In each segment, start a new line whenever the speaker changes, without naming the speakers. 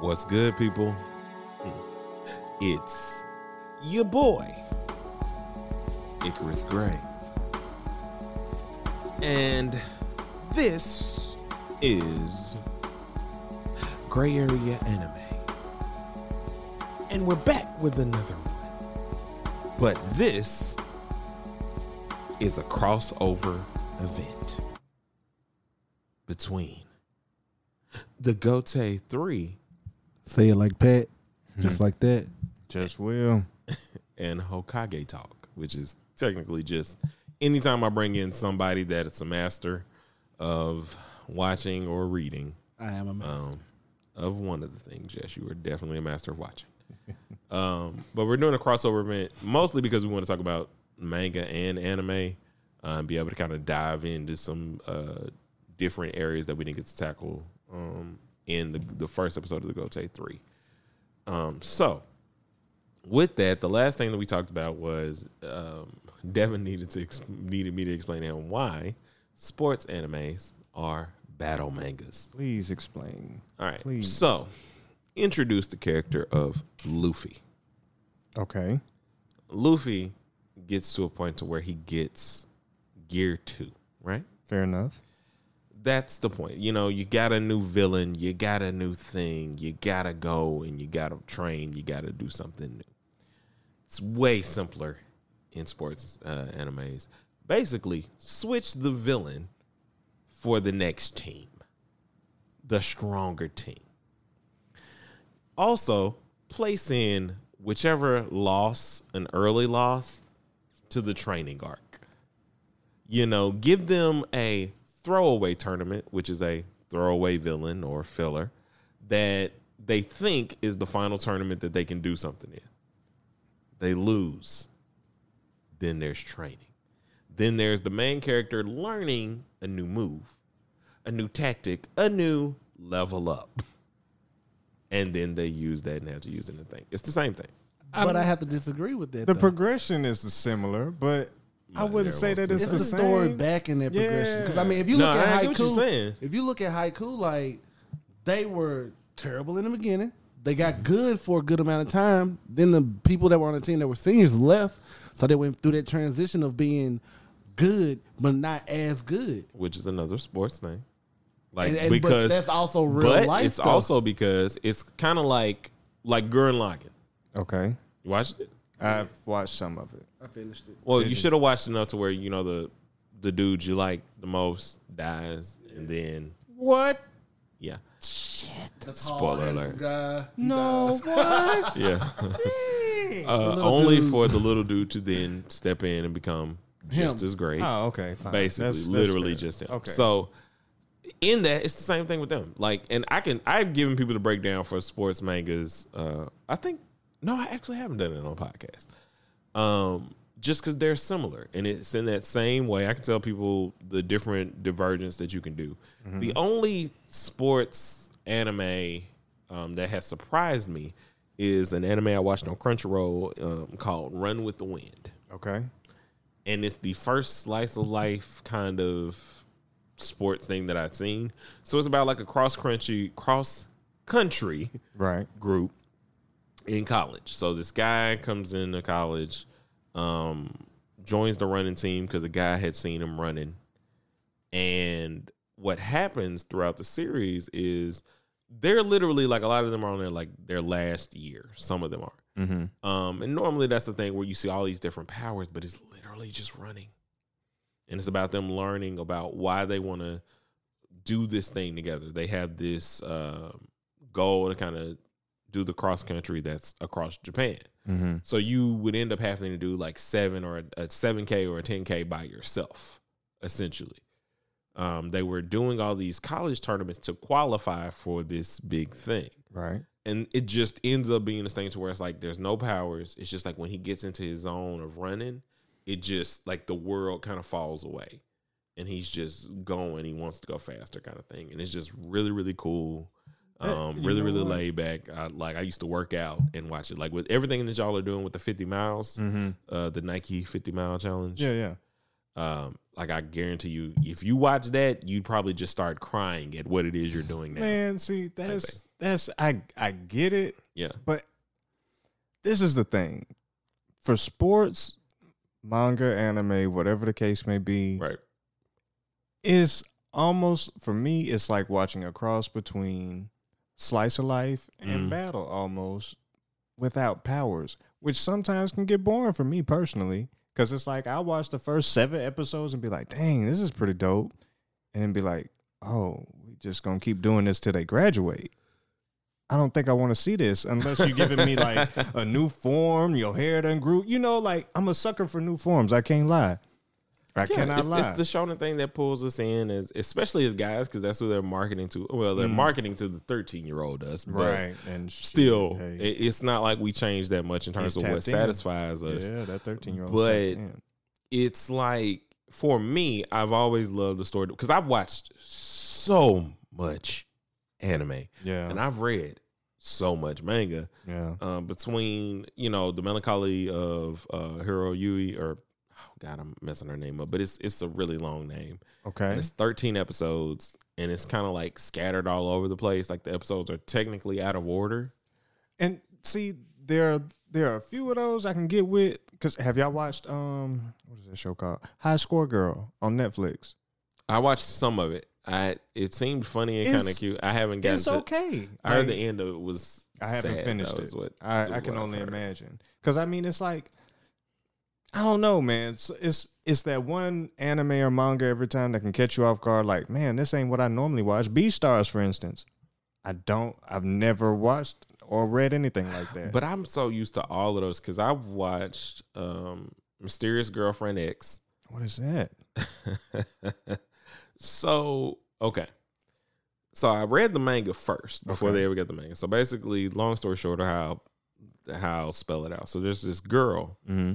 What's good, people? It's your boy, Icarus Gray. And this is Gray Area Anime. And we're back with another one. But this is a crossover event between the Gote 3
Say it like Pat,
Hmm.
just like that.
Just will.
and Hokage Talk, which is technically just anytime I bring in somebody that is a master of watching or reading
I am a man.
um, of one of the things. Yes, you are definitely a master of watching. um, but we're doing a crossover event mostly because we want to talk about manga and anime uh, and be able to kind of dive into some uh, different areas that we didn't get to tackle um, in the, the first episode of the Gote 3. Um, so, with that, the last thing that we talked about was um, Devin needed to ex- needed me to explain to him why sports animes are battle mangas.
Please explain.
All right.
Please.
So, introduce the character of Luffy.
Okay.
Luffy gets to a point to where he gets gear two, right?
Fair enough.
That's the point. You know, you got a new villain, you got a new thing, you gotta go and you gotta train, you gotta do something new. It's way simpler in sports uh, animes. Basically, switch the villain for the next team, the stronger team. Also, place in whichever loss, an early loss, to the training arc. You know, give them a throwaway tournament, which is a throwaway villain or filler that they think is the final tournament that they can do something in. They lose. Then there's training. Then there's the main character learning a new move, a new tactic, a new level up. And then they use that and have to use it in the thing. It's the same thing.
but I have to disagree with that.
The
though.
progression is similar, but I
Mine
wouldn't
there
say
was
that
too.
it's,
it's
the
the
same.
story back in that progression. Because I mean, if you
No,
look
I
at
get what you're
haiku,
saying.
if you look at haiku, like they were terrible in the beginning. They
Mm-hmm.
got good for a good amount of time. Then the people that were on the team that were seniors left, so they went through that transition of being good but not as good.
Which is another sports thing. Like
And- and- but
because
that's also real
but
life,
It's
though.
also because it's kind of like like Gurren Lagann.
Okay.
You watched it?
I've watched some of it.
I finished it.
Well, you should have watched enough to where you know the the dude you like the most dies, and then
What?
yeah,
The tall,
Spoiler
handsome
alert.
Guy,
No. What?
yeah.
Dang.
uh,
little
only
dude.
for the little dude to then step in and become just
Him.
as great.
Oh, okay. Fine.
basically,
That's- that's
literally
fair.
just him.
Okay.
So in that, it's the same thing with them. Like, and I can I've given people the breakdown for sports mangas. Uh, I think no, I actually haven't done it on podcast. Um, just because they're similar and it's in that same way, I can tell people the different divergence that you can do.
Mm-hmm.
The only sports anime um, that has surprised me is an anime I watched on Crunchyroll um, called Run with the Wind
okay.
and it's the first slice of life kind of sports thing that I've seen. So it's about like a cross country cross country
Right.
group in college. So this guy comes into college, um, joins the running team because a guy had seen him running. And what happens throughout the series is they're literally like a lot of them are on their like their last year. Some of them are.
Mm-hmm.
Um, and normally that's the thing where you see all these different powers, but it's literally just running. And it's about them learning about why they want to do this thing together. They have this um goal to kind of do the cross country that's across Japan.
Mm-hmm.
So you would end up having to do like seven or a, a seven k or a ten k by yourself, essentially. Um, they were doing all these college tournaments to qualify for this big thing
Right.
and it just ends up being this thing to where it's like there's no powers. It's just like when he gets into his zone of running, it just like the world kind of falls away, and he's just going. He wants to go faster, kind of thing, and it's just really really cool.
That-
Um,
you
really,
know
really
what?
laid back. I, like I used to work out and watch it. Like with everything that y'all are doing with the fifty miles,
Mm-hmm.
uh, the Nike fifty mile challenge.
Yeah. Yeah.
Um, like I guarantee you, if you watch that, you'd probably just start crying at what it is you're doing now.
Man, see, that's That's I I get it,
Yeah.
but this is the thing. For sports, manga, anime, whatever the case may be,
Right.
it's almost for me it's like watching a cross between slice of life and
Mm.
battle almost without powers which sometimes can get boring for me personally because it's like i watch the first seven episodes and be like dang this is pretty dope and then be like oh we just gonna keep doing this till they graduate i don't think i want to see this unless you're giving me like a new form your hair done grew you know like i'm a sucker for new forms i can't lie i
Yeah,
cannot
it's,
lie
it's the Shonen thing that pulls us in, is especially as guys, because that's who they're marketing to. Well, they're marketing to the thirteen-year-old us, but
Mm. right and shit,
Still,
hey.
it- it's not like we changed that much in terms
He's
of what
tapped in.
satisfies us.
yeah that 13 year old
But- It's like for me, I've always loved the story because I've watched so much anime
yeah
and I've read so much manga.
yeah
um, between you know the melancholy of uh, Hiro Yui or oh God I'm messing her name up, but it's it's a really long name. And
okay
it's 13 episodes, and it's kind of like scattered all over the place. Like the episodes are technically out of order.
and see there are there are a few of those I can get with because have y'all watched um what is that show called High Score Girl on Netflix
I watched some of it. I it seemed funny and kind of
It's-
cute. I haven't gotten.
it's
to-
okay
I heard
Like,
the end of it was.
I haven't
sad.
finished
That was
it
What, is
I, I
what
can
I've
only
heard.
imagine because I mean it's like I don't know man it's, it's it's that one anime or manga every time that can catch you off guard like man this ain't what I normally watch B Stars for instance I don't I've never watched or read anything like that
But I'm so used to all of those because I've watched um, Mysterious Girlfriend X.
what is that
so okay so i read the manga first before
Okay.
they ever got the manga so basically long story short or how how I'll spell it out so there's this girl
mm-hmm.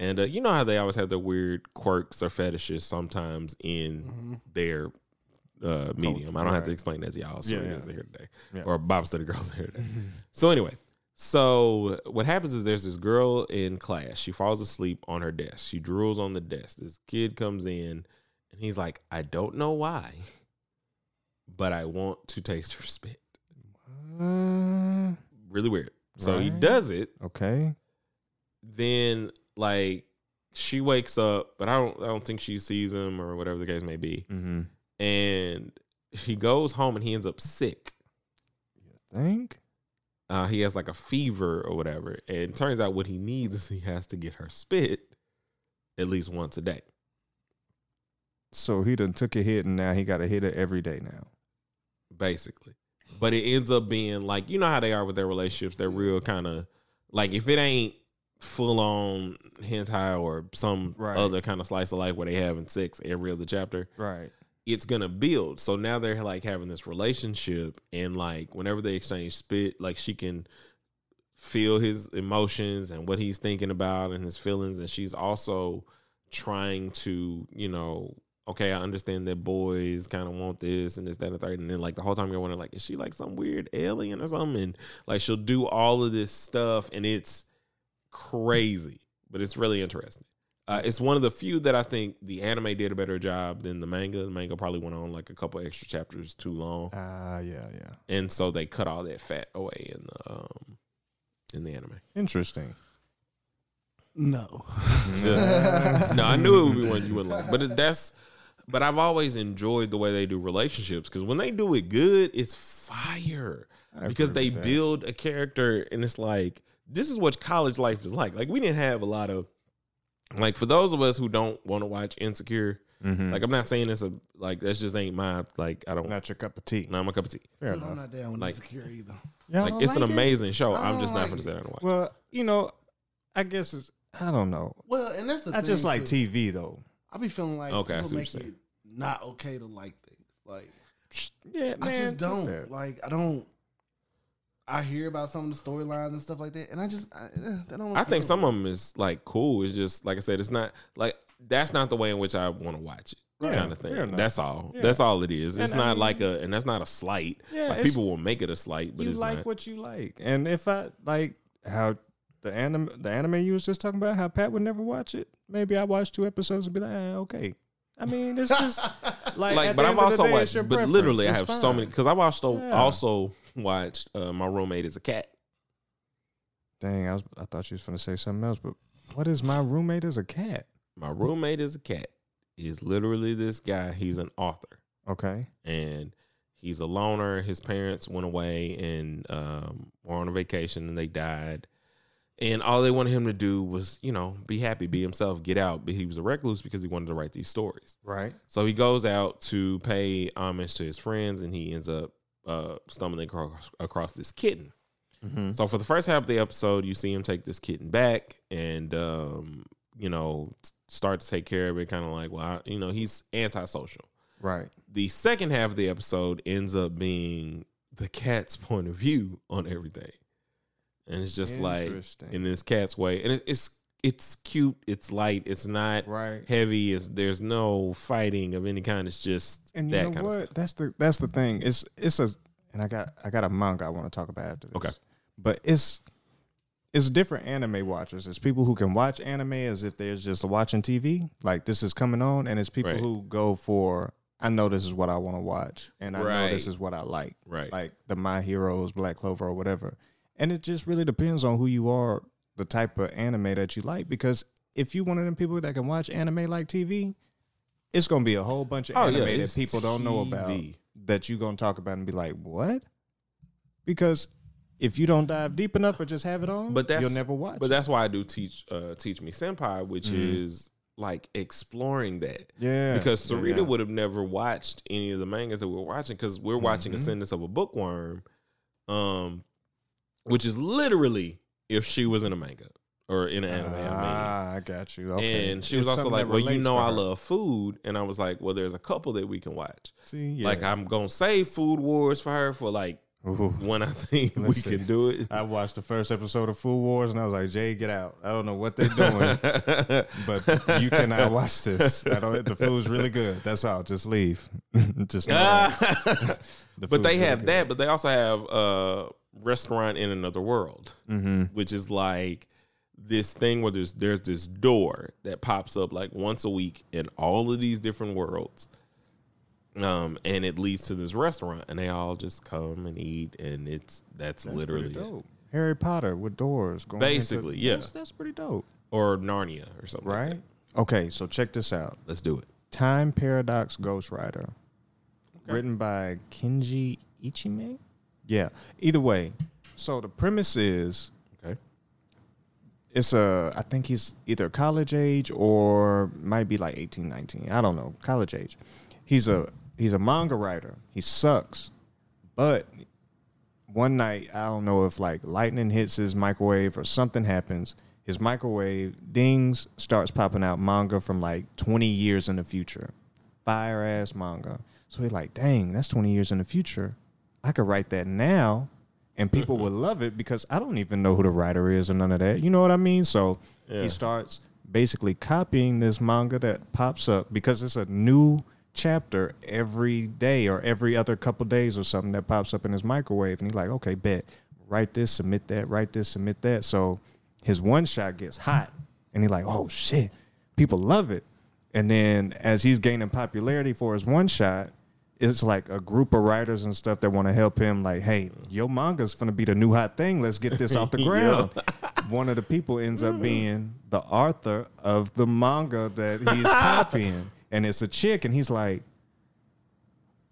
and uh, you know how they always have their weird quirks or fetishes sometimes in their uh, medium. I don't have to
right.
explain that to y'all. So
Yeah,
yeah,
yeah.
here today,
Yeah.
or Bob Study Girls here today. so anyway, so what happens is there's this girl in class. She falls asleep on her desk. She drools on the desk. This kid comes in, and he's like, "I don't know why, but I want to taste her spit."
Uh,
Really weird. So he
Right.
does it.
okay.
then like she wakes up, but I don't I don't think she sees him or whatever the case may be.
Mm-hmm.
And he goes home and he ends up sick.
Think.
Uh, he has like a fever or whatever. And it turns out what he needs is he has to get her spit at least once a day.
So he done took a hit, and now he got a hitter every day now.
basically. But it ends up being like you know how they are with their relationships. They're real kind of like if it ain't full on hentai or some
Right.
other kind of slice of life where they having sex every other chapter,
Right.
it's gonna build. So now they're like having this relationship, and like whenever they exchange spit, like she can feel his emotions and what he's thinking about and his feelings, and she's also trying to, you know, okay, I understand that boys kind of want this and this, that, and the third, and then like the whole time you're wondering, like, is she like some weird alien or something? And like she'll do all of this stuff, and it's crazy, but it's really interesting. Uh, it's one of the few that I think the anime did a better job than the manga. The manga probably went on like a couple extra chapters too long,
Ah, yeah, yeah.
and so they cut all that fat away in the um, in the anime.
Interesting.
No.
no, I knew it would be one you would like, but it- that's. But I've always enjoyed the way they do relationships because when they do it good, it's fire
I
because they
agree with that.
build a character and it's like this is what college life is like. Like we didn't have a lot of like for those of us who don't want to watch Insecure.
Mhm.
Like I'm not saying it's a like that's just ain't my like I don't.
not your cup of tea.
No, I'm a cup of tea.
Fair
Dude, I'm
enough.
not down with
Like-
insecure either.
Y'all
Like
don't
it's an
like it? Oh,
amazing show.
I
I'm
don't
just not
like
gonna
it.
sit down and watch.
Well, you know, I guess it's. I don't know.
Well, and that's the
I
thing.
just like
too.
TV though.
I be feeling like
Okay, I
people
see what
make
you're
it not okay to like things. Like
Psh, Yeah, man.
I just
fuck
don't
that.
like. I don't. I hear about some of the storylines and stuff like that, and I just I, eh, that don't.
I think some of them is like cool. It's just like I said, it's not like that's not the way in which I want to watch it.
Yeah,
kind of
fair
thing.
enough.
That's all.
Yeah.
That's all it is. It's
And I
not
mean-
like a, and that's not a slight.
Yeah,
like
it's-
people will make it a slight, but
you
it's
like
not.
what you like, and if I like how the anime, the anime you was just talking about, how Pat would never watch it. Maybe I watch two episodes and be like, ah, okay. I mean, it's just like.
like,
at
but
the
I've
end of
also
the day, it's
watched,
your
but
preference.
literally, I
It's
have so
fine.
many because I watched the,
Yeah.
also watched uh, My Roommate is a Cat.
Dang, I was I thought you was gonna say something else, but what is my roommate is a cat?
My Roommate is a Cat is literally this guy. He's an author
Okay.
and he's a loner. His parents went away and um, were on a vacation and they died. And all they wanted him to do was, you know, be happy, be himself, get out. But he was a recluse because he wanted to write these stories.
Right.
So he goes out to pay homage to his friends, and he ends up uh, stumbling across, across this kitten.
Mm-hmm.
So for the first half of the episode, you see him take this kitten back, and um, you know, s- start to take care of it. Kind of like, well, I, you know, he's antisocial.
Right.
The second half of the episode ends up being the cat's point of view on everything, and it's just like
Interesting.
in this cat's way, and it, it's it's cute, it's light, it's not
Right.
heavy. Is there's no fighting of any kind. It's just
And
that
you know
kind
what?
of stuff.
That's the that's the thing. It's it's a and I got I got a manga I want to talk about after this.
Okay.
But it's it's different anime watchers. It's people who can watch anime as if they're just watching TV, like this is coming on, and it's people
Right.
who go for I know this is what I want to watch, and I know this
Right.
is what I like,
Right.
Like the My Heroes, Black Clover, or whatever. And it just really depends on who you are, the type of anime that you like, because if you one of them people that can watch anime like TV, it's gonna be a whole bunch of
Oh, yeah,
anime that
it's
people don't know about
TV.
that you're gonna talk about and be like, what? Because if you don't dive deep enough or just have it on,
But that's
you'll never watch.
But
it. Mm-hmm.
that's why I do teach uh, teach me senpai, which is like exploring that.
yeah,
Because
yeah,
Sarita
yeah.
would have never watched any of the mangas that we're watching because we're watching
Mm-hmm.
Ascendance of a Bookworm, um, which is literally if she was in a manga or in an anime. I mean.
Ah, I got you. Okay.
And she was
It's
also
something
like,
that
"Well, you
relates
know,
for
I
her."
love food," and I was like, "Well, there's a couple that we can watch."
See, yeah.
Like I'm gonna save Food Wars for her for like
Ooh.
when I think we
Listen.
can do it.
I watched the first episode of Food Wars and I was like, Jay, get out. I don't know what they're doing, but you cannot watch this. I don't. The food's really good. That's all. Just leave. just know that.
Ah.
The
but
food's
they
really
have
good.
that, but they also have uh, restaurant in another world,
Mm-hmm.
which is like this thing where there's there's this door that pops up like once a week in all of these different worlds. Um, and it leads to this restaurant, and they all just come and eat, and it's that's,
That's
literally
pretty
it.
dope. Harry Potter with doors going into-
basically yeah,
That's, that's pretty dope,
or Narnia or something, like
right?
that.
Okay, so check this out.
Let's do it.
Time Paradox Ghost Rider, written by Kenji Ichime. Yeah. Either way, so the premise is
Okay.
it's a I think he's either college age or might be like 18, 19. I don't know. College age. He's a he's a manga writer. He sucks. But one night, I don't know if like lightning hits his microwave or something happens. His microwave dings, starts popping out manga from like 20 years in the future. Fire ass manga. So he's like, dang, that's 20 years in the future. I could write that now and people would love it because I don't even know who the writer is or none of that. You know what I mean? So he starts basically copying this manga that pops up because it's a new chapter every day or every other couple days or something that pops up in his microwave. And he's like, okay, bet. Write this, submit that, write this, submit that. So his one shot gets hot. And he's like, oh shit, people love it. And then as he's gaining popularity for his one shot, it's like a group of writers and stuff that want to help him. Like, hey, your manga's gonna be the new hot thing. Let's get this off the ground. One of the people ends up being the author of the manga that he's copying, and it's a chick, and he's like,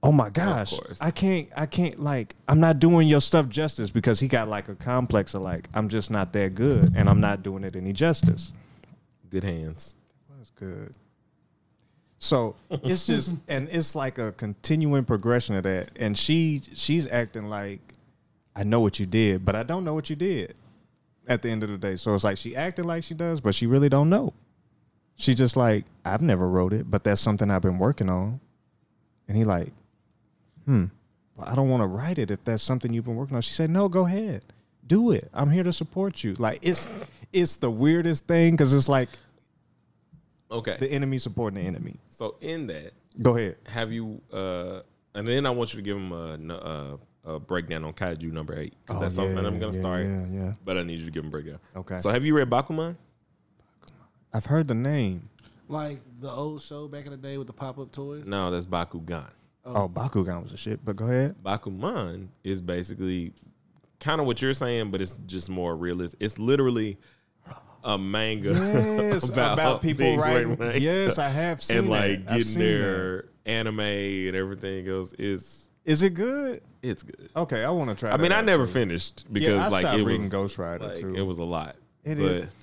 "Oh my gosh,
course.
I can't, I can't, like, I'm not doing your stuff justice because he got like a complex of like, I'm just not that good, and I'm not doing it any justice."
Good hands.
That's good. So it's just and it's like a continuing progression of that. And she she's acting like I know what you did, but I don't know what you did at the end of the day. So it's like she acting like she does, but she really don't know. She just like, I've never wrote it, but that's something I've been working on. And he like, hmm, well, I don't want to write it if that's something you've been working on. She said, no, go ahead. Do it. I'm here to support you. Like it's it's the weirdest thing because it's like
Okay.
the enemy supporting the enemy.
so in that,
Go ahead.
have you uh and then i want you to give him a n- a, a breakdown on kaiju number eight 'cause
Oh,
that's something
yeah,
that i'm gonna
yeah,
start
yeah, yeah.
but i need you to give him a breakdown
Okay.
so have you read bakuman
I've heard the name.
Like the old show back in the day with the pop up toys.
no that's bakugan
Oh, Bakugan was a shit, but go ahead.
Bakuman is basically kind of what you're saying, but it's just more realistic. It's literally a manga
Yes, about, people
being great
writing.
manga
Yes, I have seen
and
that.
like
I've
getting
seen
their anime and everything else. It's
that. Is it good?
it's good.
Okay, I want to try.
I mean,
that
I
out,
never
too.
finished because
yeah, I
like
stopped
it
reading
was
Ghost Rider
like,
too.
it was a lot. It
It is.
is.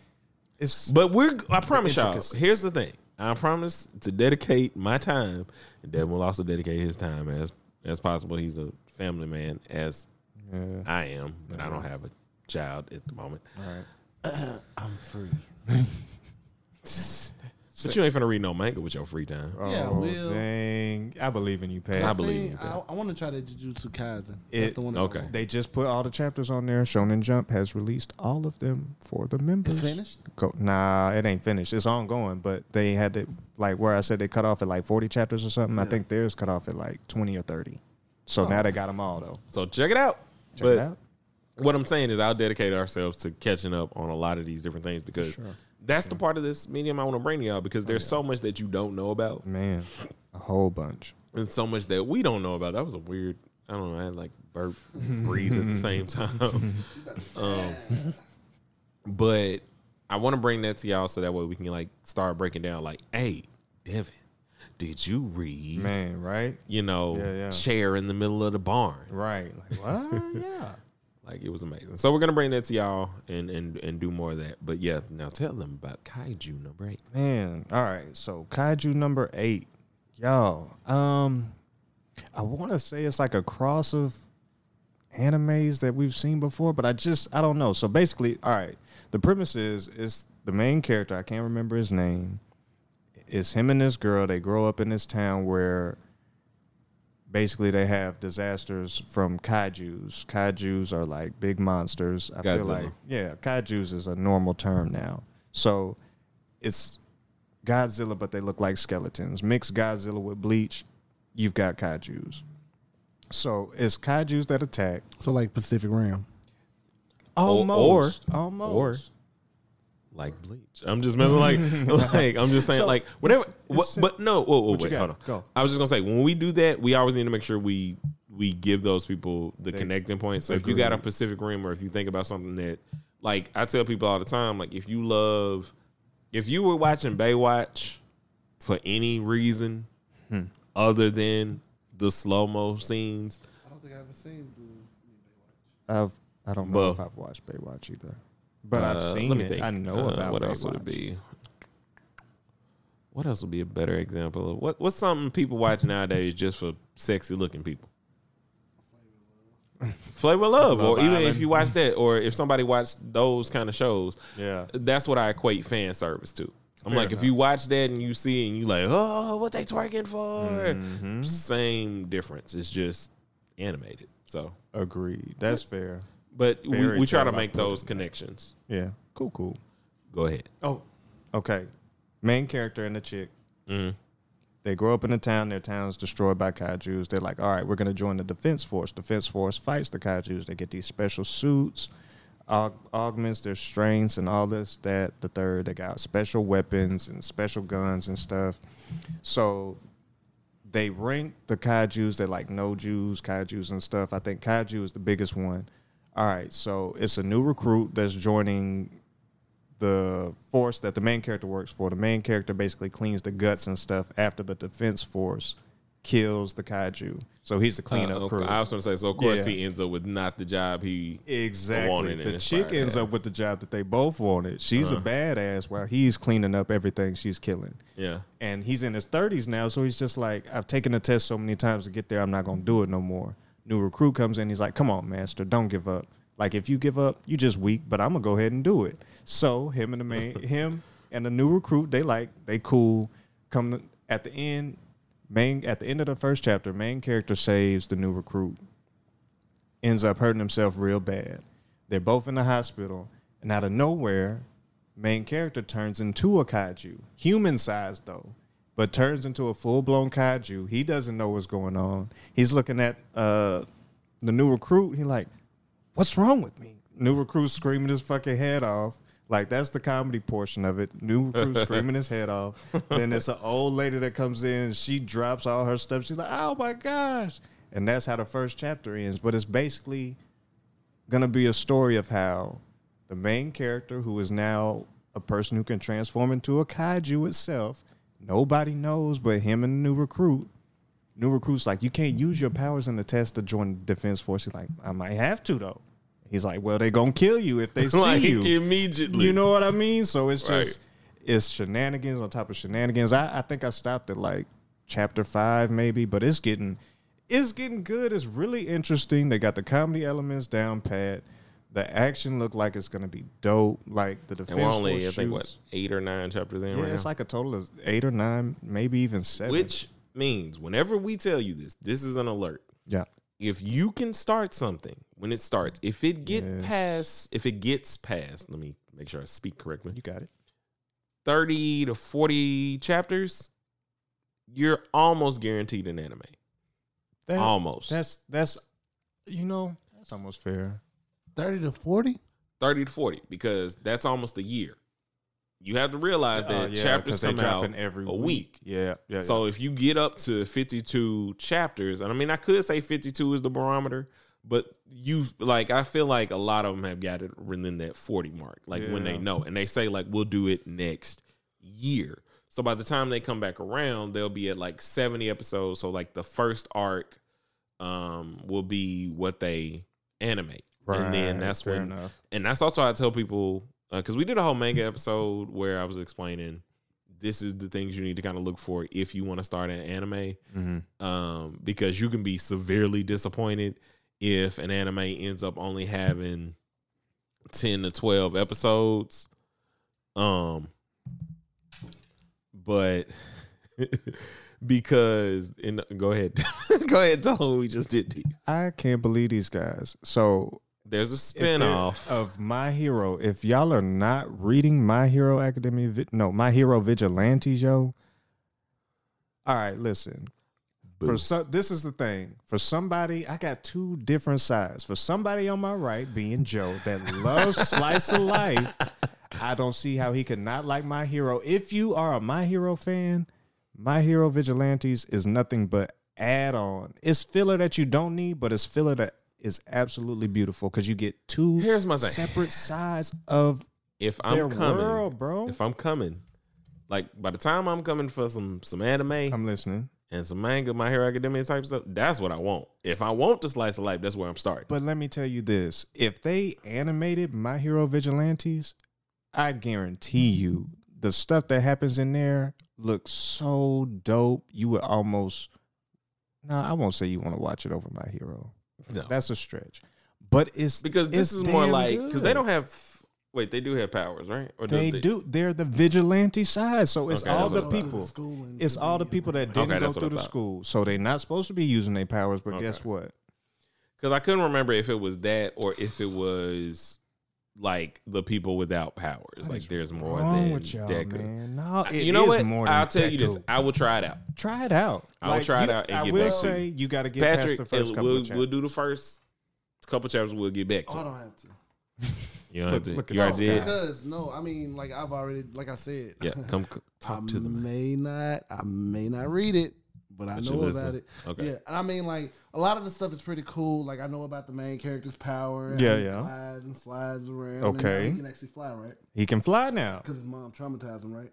It's
But we're I promise y'all.
intricacies.
Here's the thing. I promise to dedicate my time. and Devin will also dedicate his time as as possible. He's a family man, as
yeah.
I am, but I don't have a child at the moment.
All right.
I'm free.
But you ain't finna read no manga with your free time.
Yeah,
oh,
Will.
dang! I believe in you, Pat.
I believe
See,
in you,
I, want to try that Jujutsu Kaisen.
It-
That's the one. that I
okay.
want.
They just put all the chapters on there. Shonen Jump has released all of them for the members.
It's finished.
Go, nah, it ain't finished. It's ongoing, but they had to like where I said they cut off at like forty chapters or something. I
Yeah. Oh.
think theirs cut off at like twenty or thirty. So now they got them all though.
So check it out.
Check
but
it out.
what I'm saying is, I'll dedicate ourselves to catching up on a lot of these different things because
Sure. Oh,
that's the part of this medium I want to bring to y'all because there's so much that you don't know about
Man, a whole bunch.
and so much that we don't know about. That was a weird. I don't know. I had like burp, breathe at the same time. um, but I want to bring that to y'all so that way we can like start breaking down. Like, hey, Devin, did you read?
Man, right?
You know,
Yeah, yeah.
chair in the middle of the barn.
Right. Like what? yeah.
Like it was amazing. So we're gonna bring that to y'all and and and do more of that. But yeah, now tell them about Kaiju number eight.
Man, all right. So kaiju number eight, y'all. Um, I want to say it's like a cross of animes that we've seen before, but I just I don't know. So basically, all right. The premise is it's the main character. I can't remember his name. It's him and this girl. They grow up in this town where basically they have disasters from kaiju's. Kaiju's are like big monsters. I feel
Godzilla.
like yeah, kaiju's is a normal term now. So it's Godzilla, but they look like skeletons. Mix Godzilla with Bleach, you've got kaiju's. So it's kaiju's that attack.
So like Pacific Rim.
Almost.
or-
almost.
Like bleach. I'm just messing like like I'm just saying
So,
like whatever.
it's-
what-
it's-
but no, whoa, whoa,
you
wait,
got?
hold on.
Go.
I was just gonna say when we do that, we always need to make sure we we give those people the connecting points. So if you got a Pacific Rim or if you think about something that like I tell people all the time, like if you love if you were watching Baywatch for any reason
Hmm.
other than the slow mo scenes,
I don't think I ever seen.
I've I don't know
Well-
if I've watched Baywatch either, but I've
Uh,
seen
let me
it.
think.
I know
Uh,
about
what
Baywatch.
else would it be. What else would be a better example of what? What's something people watch nowadays just for sexy looking people? Flavor of Love,
Love
or even
Island.
if you watch that, or if somebody watched those kind of shows,
Yeah.
that's what I equate fan service to. I'm
Fair
like,
enough.
if you watch that and you see it and you like, oh, what they twerking for?
Mm-hmm.
Same difference. It's just animated. So,
Agreed. That's fair.
but we,
Fairy
we try to
tale, I
make
put it
those connections.
Yeah. Cool. Cool.
Go ahead.
Oh. Okay. Main character and the chick.
Mm-hmm.
They grow up in a town. Their town's destroyed by kaiju's. They're like, all right, we're going to join the defense force. Defense force fights the kaiju's. They get these special suits, aug- augments their strengths, and all this, that, the third. They got special weapons and special guns and stuff. So they rank the kaiju's. They're like no Jews, kaiju's and stuff. I think kaiju is the biggest one. All right, so it's a new recruit that's joining the force that the main character works for. The main character basically cleans the guts and stuff after the defense force kills the kaiju. So he's the
Uh,
cleanup
okay.
crew.
I was gonna say, so of course
Yeah.
he ends up with not the job he.
Exactly.
wanted and
The chick
inspired
ends
that.
up with the job that they both wanted. She's
Uh-huh.
a badass while he's cleaning up everything she's killing.
Yeah,
And he's in his 30s now, so he's just like, I've taken the test so many times to get there, I'm not going to do it no more. New recruit comes in, he's like, Come on, master, don't give up. Like, if you give up, you just weak, but I'm going to go ahead and do it. So, him and the main, him and the new recruit, they like, they cool. Come to, at the end, main, at the end of the first chapter, main character saves the new recruit ends up hurting himself real bad. They're both in the hospital, and out of nowhere, main character turns into a kaiju, human sized though, but turns into a full blown kaiju. He doesn't know what's going on. He's looking at uh, the new recruit. He like, what's wrong with me? New recruit screaming his fucking head off. Like that's the comedy portion of it. New recruit screaming his head off. Then it's an old lady that comes in and she drops all her stuff. She's like, "Oh my gosh!" And that's how the first chapter ends. But it's basically gonna be a story of how the main character, who is now a person who can transform into a kaiju itself, nobody knows but him and the new recruit. New recruit's like, you can't use your powers in the test to join the defense force. He's like, I might have to though. He's like, well, they gonna kill you if they see
like
you.
immediately.
You know what I mean? So it's
Right.
just it's shenanigans on top of shenanigans. I, I think I stopped at like chapter five maybe, but it's getting it's getting good. It's really interesting. They got the comedy elements down pat. The action looked like it's gonna be dope. Like the defense
and we're only I
force
think what
shoots.
eight or nine chapters in
Yeah,
right
it's
now.
like a total of eight or nine, maybe even seven.
Which means whenever we tell you this, this is an alert.
yeah,
If you can start something when it starts, if it get
Yes.
past, if it gets past, let me make sure I speak correctly.
you got it.
Thirty to forty chapters, you're almost guaranteed an anime.
That-
almost
That's that's you know that's almost fair.
Thirty to forty.
thirty to forty because that's almost a year. You have to realize that
Uh, yeah,
chapters
'cause they
come out
dropping every
a week.
Yeah, yeah. yeah.
So if you get up to 52 chapters, and I mean, I could say 52 is the barometer, but you like, I feel like a lot of them have got it within that 40 mark, like when they
Yeah.
know, and they say like we'll do it next year. So by the time they come back around, they'll be at like 70 episodes. So like the first arc um will be what they animate, and then
Right,
that's
fair
when
enough.
and that's also how I tell people because we did a whole manga episode where I was explaining this is the things you need to kind of look for if you want to start an anime, um, because you can be severely disappointed if an anime ends up only having ten to twelve episodes. Um, but because in go ahead, go ahead, tell them what we just did. to you.
I can't believe these guys. So
There's a
if they're-
spinoff.
of My Hero. If y'all are not reading My Hero Academia, Vi- no, My Hero Vigilantes, yo. All right, listen. For so, this is the thing. For somebody, I got two different sides. For somebody on my right, being Joe, that loves slice of life, I don't see how he could not like My Hero. If you are a My Hero fan, My Hero Vigilantes is nothing but add on. It's filler that you don't need, but it's filler that is absolutely beautiful because you get two
Here's my thing.
separate sides of
if I'm
their
coming,
world, bro.
if I'm coming, like by the time I'm coming for some some anime
I'm listening.
and some manga, my Hero Academia type stuff, that's what I want. If I want the slice of life, that's where I'm starting.
But let me tell you this: if they animated My Hero Vigilantes, I guarantee you the stuff that happens in there looks so dope. You would almost. No, I won't say you want to watch it over My Hero.
no,
That's a stretch. But it's
because this
it's
is more
damn
like because they
good.
don't have. Wait, they do have powers, right? Or
They do. They're the vigilante side, so it's
Okay,
all
that's
the
what I thought.
people.
School and
It's
to
all the
be
people that
Okay,
didn't go
that's what I
through the
thought.
school, so they're not supposed to be using their powers. But guess
Okay.
what?
Because I couldn't remember if it was that or if it was like the people without powers. Like there's more
Wrong
than
with y'all,
Deku.
man. No, it
you know
is
what?
More than
I'll tell you this.
Deku.
I will try it out.
try it out.
I will try it out and
I
get
will
back to
say you got to get past
Patrick,
the first
and
couple
we'll,
of
we'll
chapters.
do the first couple chapters. We'll get back to.
Oh, I
it.
don't have to.
You know what
Look-
I did?
look at
You already
this
did?
guy.
Oh, Because no, I mean, like I've already, like I said,
Yeah, come c- talk
I
to them.
may not, I may not read it, but I
But you
know about
listen.
it.
Okay.
Yeah, and I mean, like a lot of the stuff is pretty cool. Like I know about the main character's power. and
Yeah,
he
yeah.
Flies and slides around.
Okay.
and he can actually fly, right?
He can fly now.
Because his mom traumatized him, right?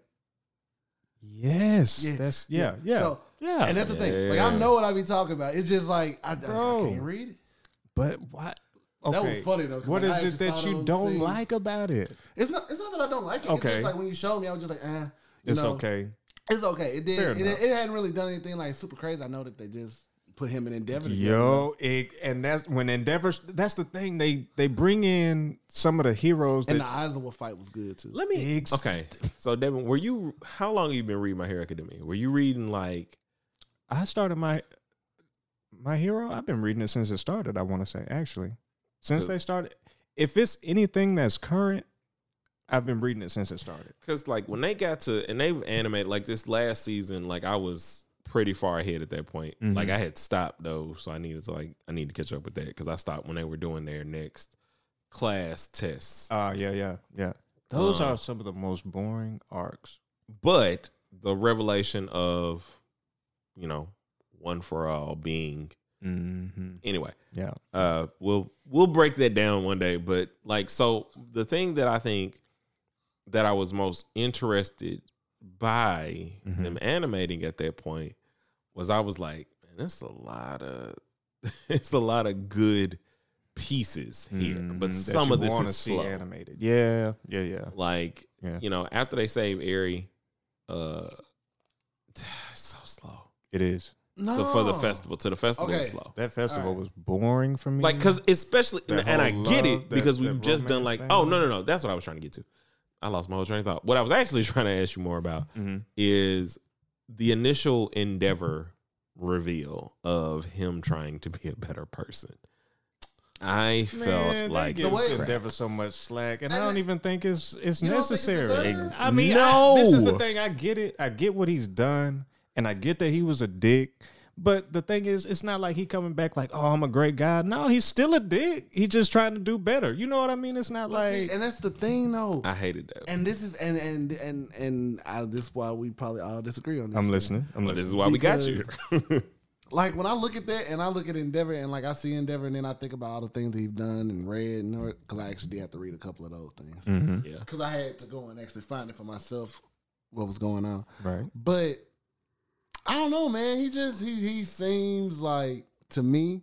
Yes,
Yeah,
that's yeah, yeah,
So,
yeah.
And that's the thing. Like
Yeah.
I know what I be talking about. It's just like I, I, I
Bro.
can't read it.
but what? Okay.
That was funny, though, 'cause
What
like,
is
I
it
just
that
saw
you
those
don't
scenes.
like about it?
It's not. It's not that I don't like it. It's
Okay.
just like when you showed me, I was just like, eh. You
It's
know,
okay.
It's okay. It did.
Fair
It,
enough.
it hadn't really done anything like super crazy. I know that they just put him in Endeavor. together.
Yo, it, and that's when Endeavors. That's the thing. They they bring in some of the heroes
and
that
the Aizawa fight was good too.
Let me.
Ex-
okay. So, Devin, were you? How long have you been reading My Hero Academia? Were you reading like?
I started my my hero. I've been reading it since it started. I want to say actually, since they started. If it's anything that's current, I've been reading it since it started.
Because like when they got to and they've animated like this last season, like I was pretty far ahead at that point.
Mhm.
Like I had stopped though, so I needed to like I need to catch up with that because I stopped when they were doing their next class tests.
Uh Ah, yeah, yeah, yeah. Those are some of the most boring arcs.
But the revelation of, you know, one for all being
Mm-hmm.
anyway.
Yeah.
uh we'll we'll break that down one day but like so the thing that i think that i was most interested by
Mhm.
them animating at that point was i was like man that's a lot of it's a lot of good pieces here but
Mhm, that
some
you
of this
wanna
is slow
animated. Yeah. Yeah. Yeah.
like
Yeah.
you know after they save Aerie, uh so slow
It is.
No.
so for the festival to the festival
Oh. Okay.
is slow
That festival
Alright.
was boring for me.
like because especially
That
and i
whole
get
love,
it
that-
because
that
we've just done
romance
like
thing.
oh no no no that's what i was trying to get to i lost my whole train of thought what i was actually trying to ask you more about
Mhm.
is the initial endeavor reveal of him trying to be a better person i
Man,
felt
they
like
give
The way-
Endeavor so much slack, and I
And
don't
it-
even think it's it's
You don't think it's
necessary.
deserved?
I mean,
No.
I- this is the thing. I get it. I get what he's done, and I get that he was a dick. But the thing is, it's not like he coming back like, "Oh, I'm a great guy." No, he's still a dick. He's just trying to do better. You know what I mean? It's not
But see,
like
and that's the thing though.
i hated that
and this is and and and and I, this is why we probably all disagree on this.
I'm
thing.
listening. I'm
but this is
listening.
why we got you
Like when I look at that and I look at Endeavor and like I see Endeavor and then I think about all the things he's done and read and because I actually did have to read a couple of those things
yeah
because I had to go and actually find it for myself what was going on.
Right.
But I don't know, man. He just he he seems like to me.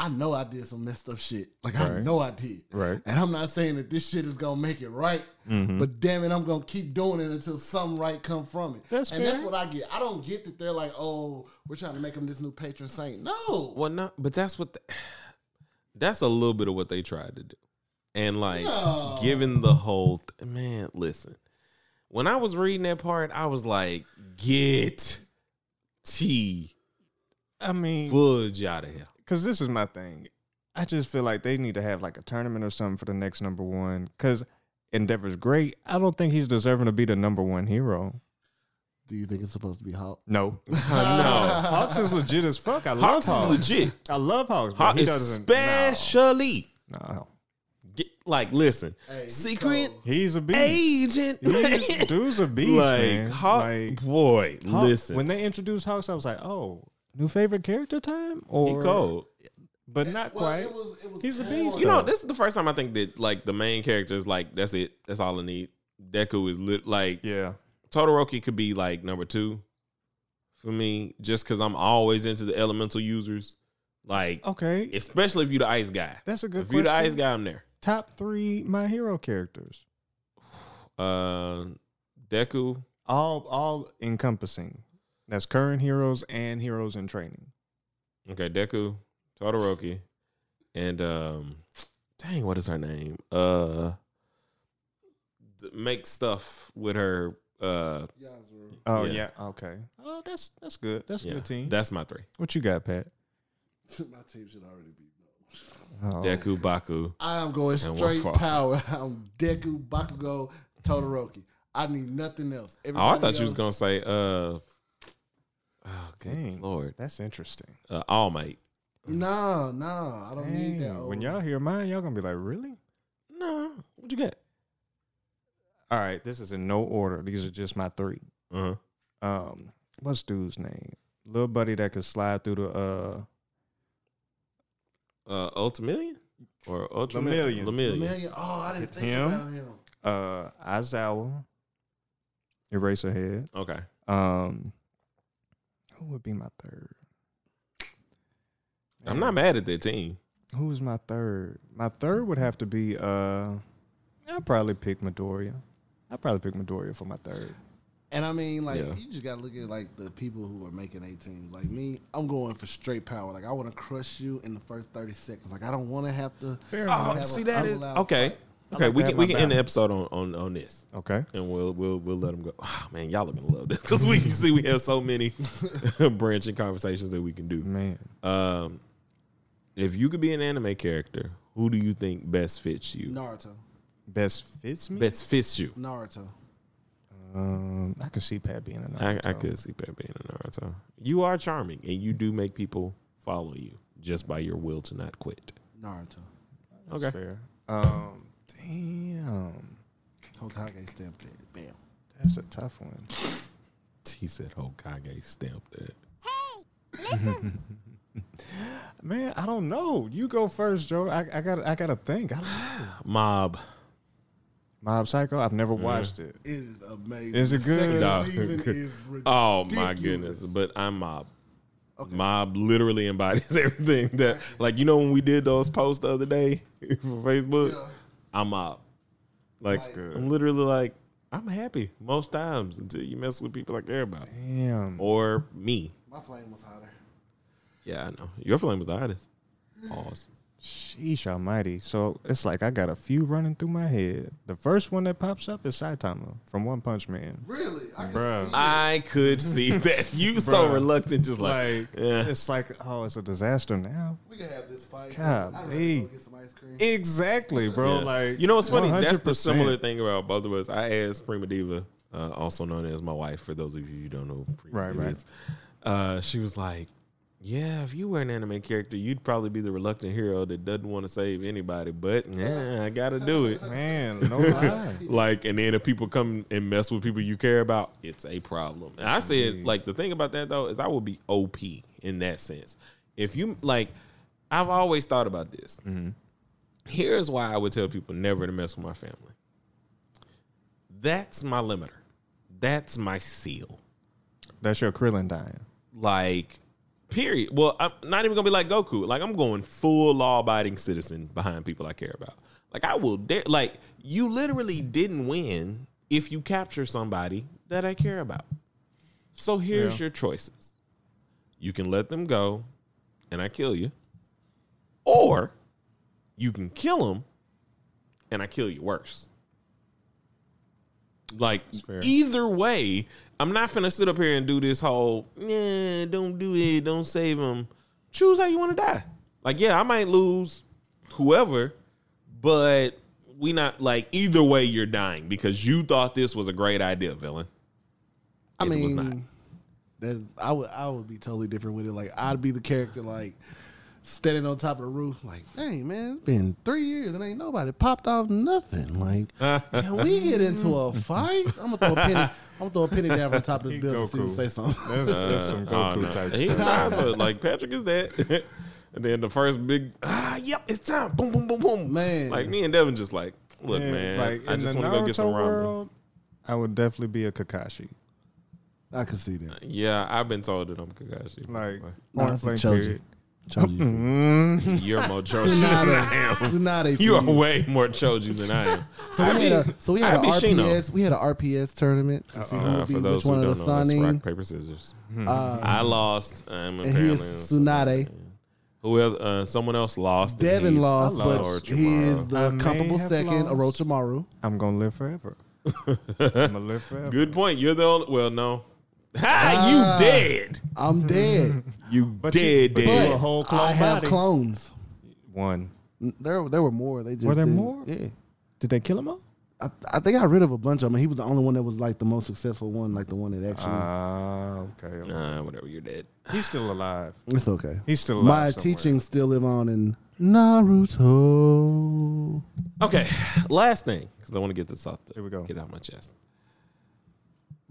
I know I did some messed up shit. Like I
Right.
know I did.
Right.
And I'm not saying that this shit is gonna make it right,
Mhm.
but damn it, I'm gonna keep doing it until something right come from it.
That's
and that's
fair.
what I get. I don't get that they're like, oh, we're trying to make him this new patron saint. No,
well no but that's what the, that's a little bit of what they tried to do and like
No.
given the whole th- man listen when i was reading that part i was like get t
I mean,
fudge out of here
because this is my thing. I just feel like they need to have like a tournament or something for the next number one. Because Endeavor's great. I don't think he's deserving to be the number one hero.
do you think it's supposed to be Hulk?
No,
no
Hawks is legit as fuck. I love
Hawks
Hawks.
is legit
I love Hawks. but
Hawks
he doesn't.
especially
No, no.
get, like listen
Hey, he
secret
cold.
he's a beast.
agent
He's, dude's a beast,
like
man.
Hawk,
Like,
boy
Hawk-
listen
When they introduced Hawks, I was like, oh, new favorite character time or
he cold
but not
Well,
quite.
it was- it was
he's a
torn.
beast.
You know,
though.
this is the first time I think that like the main character is like that's it. That's all I need. Deku is lit. Like
yeah.
Todoroki could be like number two for me, just because I'm always into the elemental users. Like,
Okay,
especially if you the ice guy.
that's a Oh. good
if you the ice
question.
guy, I'm there.
Top three my hero characters.
Uh, Deku.
all all encompassing. That's current heroes and heroes in training.
Okay, Deku, Todoroki, and um, dang, what is her name? Uh, th- make stuff with her. Uh,
Yasura.
Oh
Yeah.
yeah, okay. Oh, that's that's good. That's a
yeah,
good team.
that's my three.
what you got, Pat?
My team should already be.
Oh,
Deku, Baku.
I'm going
And one
straight
fall.
power. I'm Deku, Bakugo, Todoroki. I need nothing else.
Oh, I thought you was
Everybody
gonna say, uh, oh, good
Dang.
lord,
that's interesting.
uh, All Might.
else- No, no, I don't need that. Oh,
Dang,
old-
when y'all hear mine, y'all gonna be like, really?
No, what you got?
All right, this is in no order. These are just my three.
Uh huh.
Um, what's dude's name? Little buddy that could slide through the uh
Uh, Ultimillion or Ultra
Lamillion.
Lamillion.
Lamillion. Oh, I didn't
It's
think
him.
about him.
uh Aizawa, Eraserhead.
Okay.
Um, who would be my third?
I'm not mad at that team.
Who is my third? My third would have to be uh I'd probably pick Midoriya. I'd probably pick Midoriya for my third.
And I mean, like,
Yeah.
you just gotta look at like the people who are making A teams. Like me, I'm going for straight power. Like I want to crush you in the first 30 seconds. Like I don't want to have to.
Fair
Oh,
enough.
have
see
a-
that
I
is
will allow
okay.
fight.
Okay,
like
we
to
can
have
we
my
can end the
balance.
episode on on on this,
Okay.
and we'll we'll we'll let them go. Oh, man, y'all are gonna love this because we see we have so many branching conversations that we can do.
Man.
Um, if you could be an anime character, who do you think best fits you?
Naruto,
Best fits me.
Best fits you.
Naruto.
Um I could see Pat being another.
I, I could see Pat being a Naruto. You are charming, and you do make people follow you just by your will to not quit.
Naruto.
Okay.
fair. Um damn.
Hokage stamped it. Bam.
That's a tough one.
He said Hokage stamped it.
Man, I don't know. You go first, Joe. I, I got I gotta think. I don't know.
Mob.
Mob Psycho, I've
Mm-hmm.
never watched it.
It is amazing.
Is it
The
good?
Second
Nah.
season is ridiculous.
Oh my goodness. But I'm mob.
Okay.
Mob literally embodies everything that like you know when we did those posts the other day for Facebook?
Yeah.
I'm mob. Like
good.
I'm literally like, I'm happy most times until you mess with people I care about.
Damn.
Or me.
My flame was hotter.
Yeah, I know. Your flame was the hottest. Pause.
Sheesh almighty. So it's like I got a few running through my head. The first one that pops up is Saitama from One Punch Man.
Really? I can
Bruh.
see
I could see that. You so
Bruh.
reluctant, just like,
Like
yeah.
it's like, oh, it's a disaster now.
We can have this fight. I'd
God,
rather
hey.
go get some ice cream.
Exactly, bro.
Yeah.
Like
you know what's funny? That's the
100%.
similar thing about both of us. I asked Prima Diva, uh, also known as my wife, for those of you who don't know who Prima
Right,
Diva
right.
is. Uh, she was like, Yeah, if you were an anime character, you'd probably be the reluctant hero that doesn't want to save anybody, but yeah, I gotta do it.
Man, no lie.
Like, and then if people come and mess with people you care about, it's a problem. And I said, like, the thing about that though is I would be OP in that sense. If you like, I've always thought about this. Here's why I would tell people never to mess with my family. That's my limiter. That's my seal.
That's your Krillin dying.
Like, period. Well, I'm not even gonna be like Goku. Like, I'm going full law-abiding citizen behind people I care about. Like, I will dare. Like, you literally didn't win if you capture somebody that I care about. So here's
Yeah.
your choices. You can let them go, and I kill you, or you can kill them, and I kill you worse. Like
fair.
either way, I'm not finna sit up here and do this whole yeah, don't do it, don't save them. Choose how you want to die. Like yeah, I might lose whoever, but we not like either way you're dying because you thought this was a great idea, villain.
I
It was
mean,
not.
that I would I would be totally different with it. Like I'd be the character like standing on top of the roof, like, "Hey man, it's been three years and ain't nobody popped off nothing. Like, can we get into a fight? I'm gonna throw a penny. I'm gonna throw a penny down from the top of this building. See who
Goku.
say something.
That's, that's some Goku
Oh, no.
type
He
stuff.
dies, uh, like Patrick is dead. and then the first big ah, yep, it's time. Boom, boom, boom, boom.
Man.
like me and Devin just like look,
Yeah,
man.
Like
I
in
just
the
want to go get some
Naruto
ramen.
world, I would definitely be a Kakashi.
I can see that.
Yeah, I've been told that I'm Kakashi.
Like
No,
point
that's a
blank
Choji.
period.
Choji.
Mm-hmm.
you're more Choji than
Tsunade.
I am.
Tsunade. for
You are
you.
way more Choji than I am.
So we had a so we had
I
a
beat Shino.
RPS we had a RPS tournament to see who
Uh,
would be
for
which
those who
one of
don't
the
know, that's Hmm.
signing.
rock paper scissors.
Uh,
I lost. I'm
and he
apparently
is Tsunade.
who else? Uh, someone else lost. and
Devin
he's-
lost,
I
but
lost
he
tomorrow.
is the
I may
comparable
have
second,
lost.
Orochimaru.
I'm gonna live forever. I'm gonna live forever.
Good point. You're the only. Well, no. Ha! you dead.
I'm dead.
You
But you-
dead,
but you
dead.
a
But
whole clone
I have
body.
clones.
One.
N- There, there were more. They just
Were there
didn't-
more?
Yeah,
Did they kill him all?
I, I think I got rid of a bunch of them. He was the only one that was like the most successful one, like the one that actually.
Ah, okay.
Nah, whatever. You're dead.
He's still alive.
it's okay.
He's still
My
alive. somewhere.
teachings still live on in Naruto.
Okay, last thing because I want to get this off. The,
Here we go.
Get it out my chest.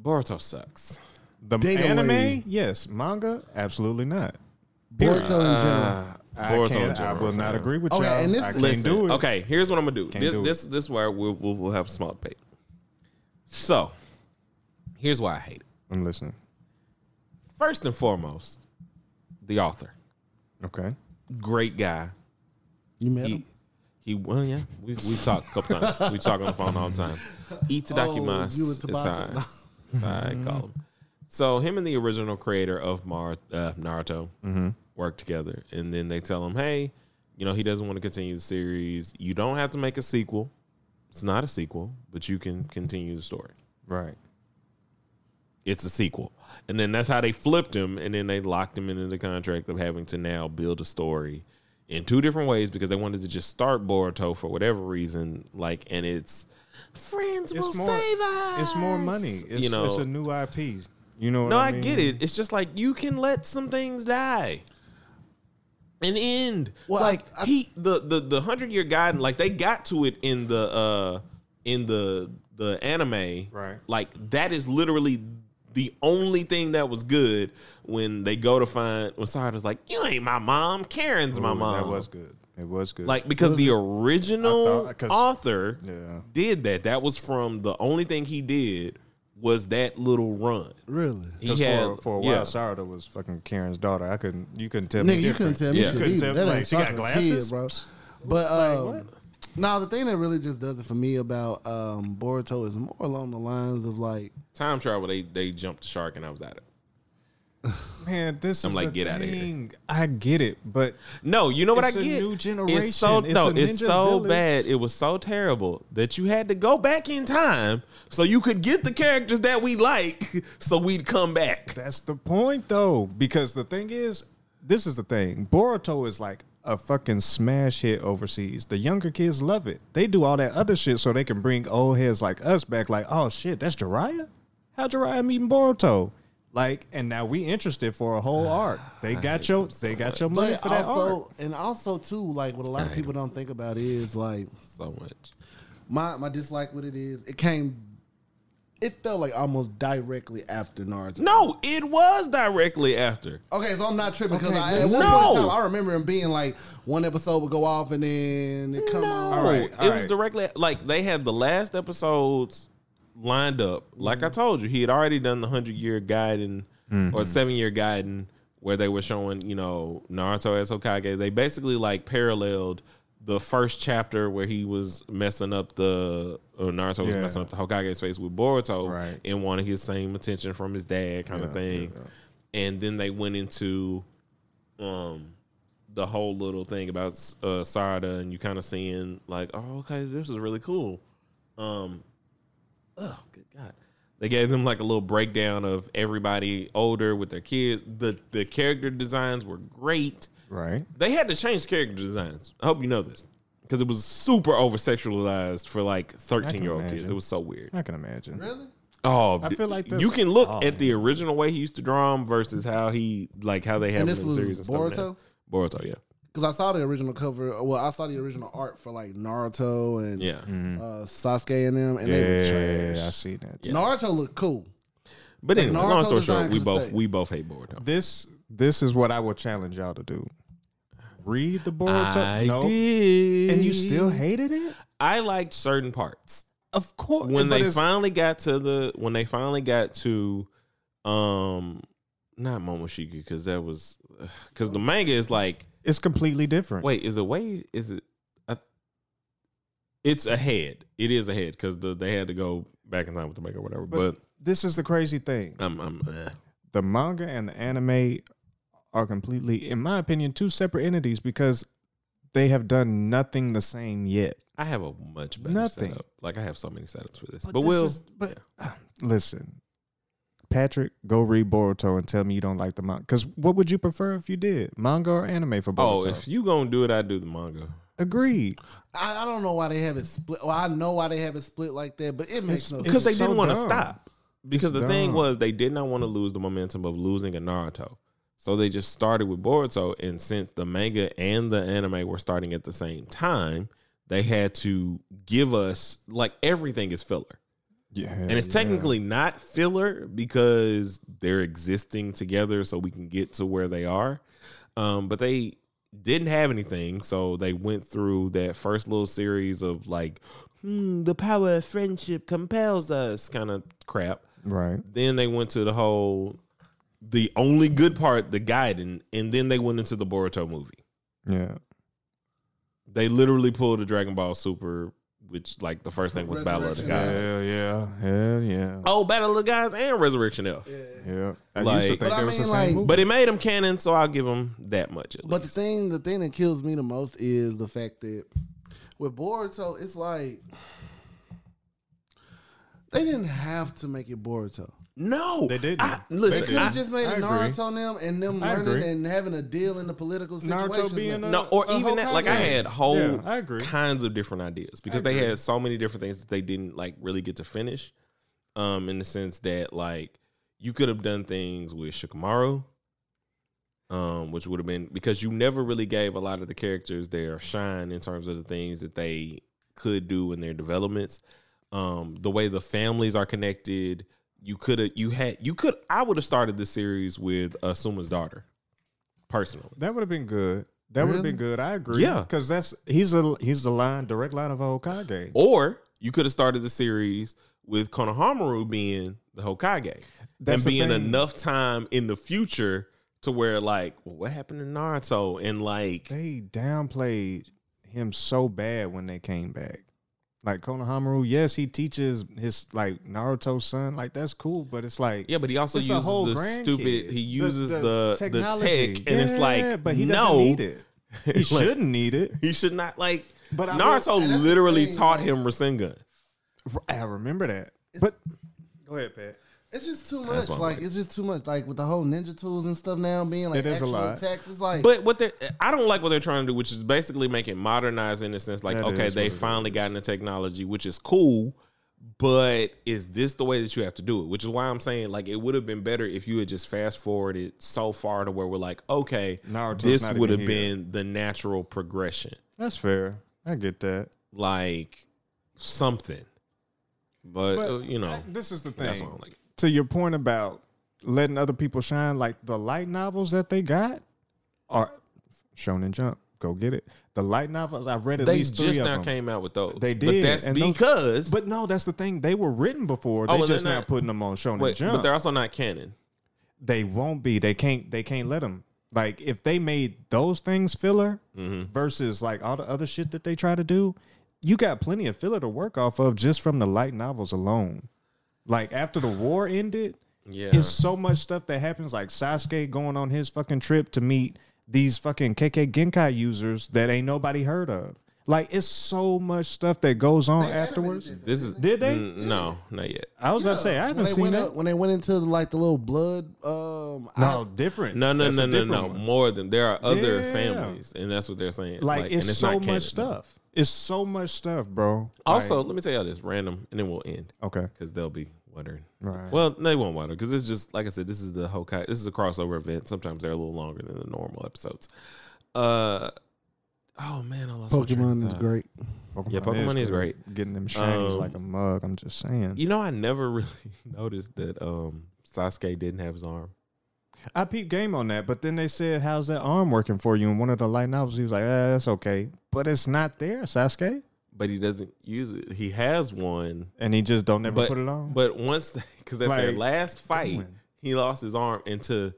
Boruto sucks.
The
Dig
anime,
away.
yes. Manga, absolutely not.
Boruto in general.
uh,
Boruto
I, can't,
in general,
I will not
fam.
agree with
Okay,
y'all.
and this-
I can't
Listen,
do it.
okay, here's what I'm gonna do.
Can't
This,
do it.
this this is where we'll, we'll we'll have a small debate. So, here's why I hate it.
I'm listening.
First and foremost, the author,
Okay.
great guy.
You met him?
He, he well, yeah. We we talk a couple times. We talk on the phone all the time. Itadakimasu.
you and
It's all
Tabata.
right. That's how I call him. So him and the original creator of Mar- uh, Naruto work together, and then they tell him, "Hey, you know he doesn't want to continue the series. You don't have to make a sequel. It's not a sequel, but you can continue the story.
Right.
It's a sequel." And then that's how they flipped him, and then they locked him into the contract of having to now build a story in two different ways because they wanted to just start Boruto for whatever reason, like, and it's friends will
It's more-
save us.
It's more money. It's,
you know,
it's a new IP. You know what
no,
I
I,
mean?
get it. It's just like you can let some things die and end.
Well,
like
I- I-
he the the the hundred year guidance. Like they got to it in the uh in the the anime,
Right.
Like that is literally the only thing that was good when they go to find when Sarah's like, "You ain't my mom, Karen's my
Ooh,
mom."
That was good. It was good.
like because the original
I thought- 'cause-
author
yeah.
did that. That was from the only thing he did was that little run.
Really?
He
'Cause
had
for, for a while,
yeah.
Sarada was fucking Karen's daughter. I couldn't. You couldn't tell
Nigga,
me.
you couldn't
different.
tell me
Yeah.
shit
Couldn't
either.
tell-
that
like,
ain't
she got
Sartre
glasses?
kid, bro. But um, nah, the thing that really just does it for me about um, Boruto is more along the lines of like,
time travel. They they jumped the shark, and I was at it.
Man, this
I'm
is
like,
the
get outta here.
thing. I get it, but
No, you know what
It's
I
a
get.
new
It's so
generation. It's
no,
a
it's
ninja
so
village.
bad. It was so terrible that you had to go back in time so you could get the characters that we like, so we'd come back.
that's the point, though. Because the thing is, this is the thing. Boruto is like a fucking smash hit overseas. The younger kids love it. They do all that other shit so they can bring old heads like us back. Like, oh shit, that's Jiraiya. How Jiraiya meeting Boruto? Like, and now we interested for a whole arc. They got your, they got your money
but
for that arc.
also, and also too, like what a lot of people don't think about is like
So much.
my my dislike. What it is, it came. It felt like almost directly after Naruto.
No, it was directly after.
Okay, so I'm not tripping because I, at
listen.
one point in
No.
time, I remember him being like one episode would go off and then it come
No,
on.
All right, all
it was
right.
directly like they had the last episodes lined up. Like
Mm.
I told you, he had already done the hundred year guiding
Mm-hmm.
or seven year guiding where they were showing you know Naruto as Hokage. They basically like paralleled the first chapter where he was messing up the or Naruto was
Yeah.
messing up the Hokage's face with Boruto
Right.
and wanting his same attention from his dad kind of thing. And then they went into um the whole little thing about uh, Sarda and you kind of seeing like, oh, okay, this is really cool. Um, oh, good God. They gave them like a little breakdown of everybody older with their kids. The the character designs were great.
Right.
They had to change character designs. I hope you know this because it was super over sexualized for like thirteen year old kids.
imagine.
It was so weird.
I can imagine.
Really?
Oh,
I feel like this- Oh,
you can look at the original way he used to draw him versus how he like how they have
And
him
this
in the
was
series. And stuff now.
Boruto?
Boruto, yeah,
Because I saw the original cover. Well, I saw the original art for like Naruto and
yeah.
Hmm.
uh, Sasuke and them, and they were
Yeah,
trash.
I see that.
Naruto looked cool.
But anyway, long
Naruto
story
design
short, we
could've
both
stayed.
we both hate Boruto.
This this is what I will challenge y'all to do. Read the Boruto. no.
did,
And you still hated it?
I liked certain parts
Of course.
when
but
they
it's-
finally got to the when they finally got to, um, not Momoshiki because that was because the manga is like
it's completely different.
wait is it way is it. I- It's ahead. It is ahead because the, they had to go back in time with the manga or whatever.
but,
But,
this is the crazy thing.
I'm, I'm eh.
The manga and the anime are completely, in my opinion, two separate entities because they have done nothing the same yet.
I have a much better
Nothing.
setup. Like I have so many setups for this. But,
this
we'll
is- but listen, Patrick, go read Boruto and tell me you don't like the manga. Because what would you prefer if you did, manga or anime for Boruto?
oh, if you gonna do it, I do the manga.
agreed.
I, I don't know why they have it split. Well, I know why they have it split like that, but it makes no
because
sense.
they
so
didn't want to
dumb.
stop. Because
It's
the thing
dumb.
was, they did not want to lose the momentum of losing a Naruto, so they just started with Boruto. And since the manga and the anime were starting at the same time, they had to give us like everything is filler,
Yeah.
and it's technically not filler because they're existing together, so we can get to where they are. Um, but they didn't have anything, so they went through that first little series of like, hmm, the power of friendship compels us kind of crap.
Right.
Then they went to the whole, the only good part, the guiding, and then they went into the Boruto movie.
Yeah.
They literally pulled a Dragon Ball Super, which like the first thing was Battle of the
Resurrection
Guys.
Hell yeah. Hell yeah.
Oh, Battle of the Guys and Resurrection F.
Yeah. I
Like-
used to
But
think
I
they was the
mean,
same
like-
movie.
But it made them canon, so I'll give them that much. At
But the
least.
thing, the thing that kills me the most is the fact that with Boruto, it's like they didn't have to make it Boruto.
no,
They didn't.
I,
They
listen,
Could
I-
have just made
I
it
agree.
Naruto and them and them
I
learning
agree.
and having a deal in the political
Naruto
situation.
being a-
No, or
a
even that. Like I
Hokage.
had whole
Yeah, I agree.
kinds of different ideas because they had so many different things that they didn't like really get to finish. Um, in the sense that like you could have done things with Shikamaru, um, which would have been because you never really gave a lot of the characters their shine in terms of the things that they could do in their developments. um, the way the families are connected. You could have, you had, you could. I would have started this series with uh, Suma's daughter, personally.
That would have been good. That would have been good. I agree.
Yeah.
because that's he's a he's the line direct line of Hokage.
Or you could have started the series with Konohamaru being the Hokage
That's the
and being
thing.
enough time in the future to where like, well, what happened to Naruto? And like,
They downplayed him so bad when they came back. Like Konohamaru, yes, he teaches his like Naruto's son. Like that's cool, but it's like
yeah, but he also
It's a
uses
whole
the
grandkid.
stupid. He
The-
uses
the
the the,
technology.
tech, and it's
Yeah,
like,
but he
no,
doesn't need it. He
Like-
shouldn't need it.
He should not like. But
But I
Naruto
that's the
literally
thing,
taught
like-
him Rasengan.
I remember that. But go ahead, Pat.
It's just too much.
what I'm
Like, it's just too much. Like with the whole ninja tools and stuff now being like
It is a
actual
lot.
attacks. It's like
But what they I don't like what they're trying to do, which is basically make it modernized in the sense like,
That
okay,
is
they
what it
finally got into technology, which is cool, but is this the way that you have to do it? Which is why I'm saying like it would have been better if you had just fast forwarded so far to where we're like, okay,
Naruto's
this
not
would
even
have
here.
been the natural progression.
That's fair. I get that.
Like something. But,
But
uh, you know,
I- this is the thing.
that's what I'm like.
to your point about letting other people shine, like the light novels that they got are Shonen Jump. Go get it. The light novels I've read at
They
least three
just
of
now
them.
came out with those.
They did,
But that's
and those-
because
But no, that's the thing. They were written before.
Oh,
They
and
just
they're
now
not-
putting them on Shonen
wait,
Jump.
but they're also not canon.
they won't be. They can't. They can't let them. Like if they made those things filler
Mm-hmm.
versus like all the other shit that they try to do, you got plenty of filler to work off of just from the light novels alone. Like after the war ended,
Yeah.
it's so much stuff that happens. Like Sasuke going on his fucking trip to meet these fucking KK Genkai users that ain't nobody heard of. Like it's so much stuff that goes on afterwards.
this is
Did they?
Mm, no, not yet.
I was about to say I
when
haven't
they
seen
went
that.
up, when they went into like the little blood. Um,
No, different.
No, no,
That's a
no, no,
different
no.
one.
More than there are other
Yeah.
families, and that's what they're saying.
Like,
and
it's,
not
so
canon.
much stuff. It's so much stuff, bro.
Also, let me tell y'all this random, and then we'll end
Like, okay,
because they'll be wondering.
right.
Well, they won't wonder because it's just like I said. This is the Hokai. This is a crossover event. Sometimes they're a little longer than the normal episodes. Uh, oh man, I lost my train of
Pokemon is
thought.
great.
yeah, Pokemon is
Getting them shinies
Um,
like a mug. I'm just saying.
You know, I never really noticed that um Sasuke didn't have his arm.
I peeped game on that, but then they said, "How's that arm working for you?" And one of the light novels, he was like, "Ah, that's okay," but it's not there, Sasuke.
But he doesn't use it. He has one,
And he just don't never
but
put it on.
But once, because at their
Like,
last fight,
on.
he lost his arm, and to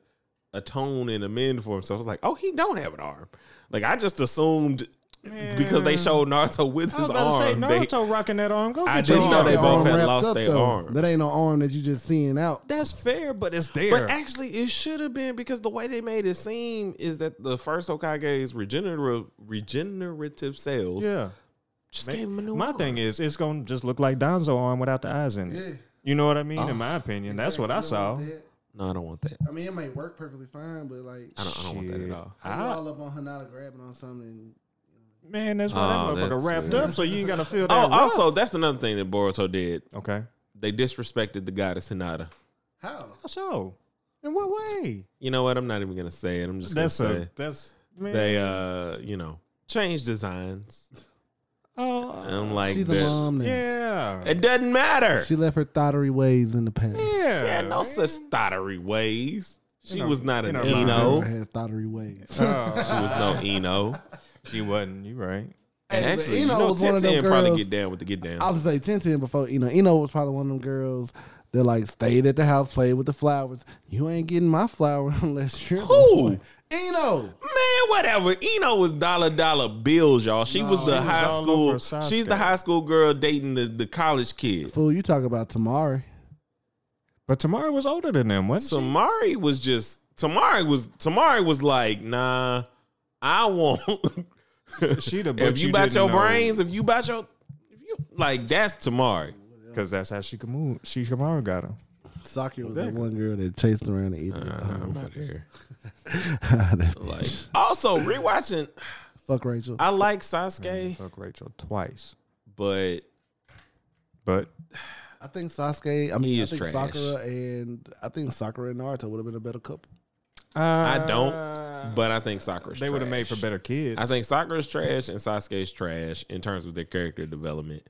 atone and amend for himself, I was like, oh, he don't have an arm. Like I just assumed because they
Man.
showed Naruto with
I
his
was about
arm.
to say
they-
Naruto rocking that arm. Go
I
get
didn't
your
know
arm.
they
That
both
arm
had
wrapped
lost their arms.
That ain't no arm that you just seeing out.
That's fair, but it's there.
but actually, it should have been because the way they made it seem is that the first Hokage's regenerative regenerative cells
yeah.
just gave him a new
My
arm.
thing is, it's gonna just look like Donzo arm without the eyes in it.
Yeah.
You know what I
Oh.
mean? In my opinion, that's what I saw.
No, I don't want that.
I mean, it may work perfectly fine, but like,
I don't. I don't want that at
Shit.
all.
I'm
I-
all up on Hanada grabbing on something.
man, that's why
Oh,
that
that's
motherfucker wrapped
weird.
up, so you ain't gotta feel that.
Oh, also, that's another thing that Boruto did.
okay.
They disrespected the goddess Hinata.
How?
Oh,
So, Oh. in what way?
You know what? I'm not even gonna say it. I'm just
That's
gonna say
a that's man.
they uh you know change designs and
oh
i'm like
She's a
that-
mom now.
yeah,
it doesn't matter
She
she,
left her thottery ways in the past.
yeah.
had no such thottery ways she
In her-
was not an
in her
eno
Never had thottery ways.
she was no eno
Oh, she wasn't. You right?
and
but
actually you
Eno
know
was one of them
1010 probably
girls-
get down with the get down
I was gonna say ten ten before you know Eno was probably one of them girls that like stayed at the house, played with the flowers. You ain't getting my flower unless you're the
Who?
one. Eno.
Man, whatever. Eno was dollar dollar bills, y'all. She was the
she was
high
all
school.
over Sasuke.
She's the high school girl dating the, the college kid.
Fool, you talk about Tamari.
But Tamara was older than them, wasn't she?
Tamari was just Tamari was Tamari was like, nah, I won't.
She the
if you bout your brains, if you bout your, if you like that's Tamari.
because that's how she could move. She Tamara got him.
Sakura was that one girl that chased around the idiot.
Uh, Like also rewatching,
Fuck Rachel.
I like Sasuke,
Fuck Rachel twice,
but
but
I think Sasuke. I mean,
He
I
is
think
trash.
Sakura and I think Sakura and Naruto would have been a better couple.
I don't. But I think Sakura's.
Uh, They would have
trash.
made for better kids.
I think Sakura's trash and Sasuke's trash in terms of their character development.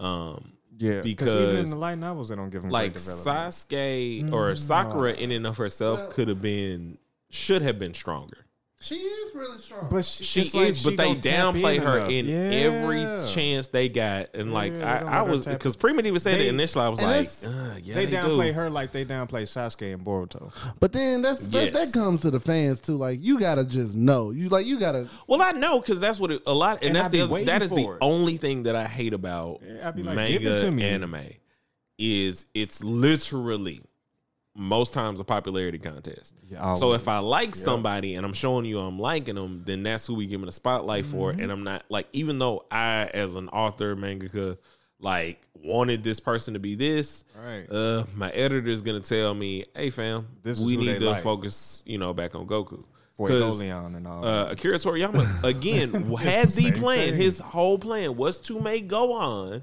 Um,
Yeah, even in
Because,
the light novels, they don't give them
like
great development. Mm.
Sasuke or Sakura in and of herself
Well-
could have been should have been stronger.
She is really strong.
but she,
She
it's
is,
like
but
she
they
don't tap
downplay her
enough.
in
Yeah.
every chance they got, and like
Yeah, they don't
I, I
let her
was
tap-
because Primity was saying it
They-
initially. I was
and
like,
that's-
uh, yeah,
They,
they,
downplay
do.
her like they downplay Sasuke and Boruto.
But then that's that,
Yes.
that comes to the fans too. Like you gotta just know. You like you gotta.
Well, I know because that's what it, a lot, and,
And
that's
I be
the other, that
waiting
is the
for it.
only thing that I hate about
Yeah, I be like, give it
manga
to me.
anime is it's literally most times a popularity contest.
Yeah,
so
always.
if I like somebody and I'm showing you I'm liking them, then that's who we giving the spotlight for.
Mm-hmm.
And I'm not like, even though I, as an author, mangaka, like wanted this person to be this,
Right.
uh, my editor's gonna tell me, "Hey, fam,
This is
we
who
need
they
to
like."
focus, you know, back on Goku."
For
'Cause,
Leon and all.
uh, Akira Toriyama again had
the
the
same
plan.
thing.
His whole plan was to make Gohan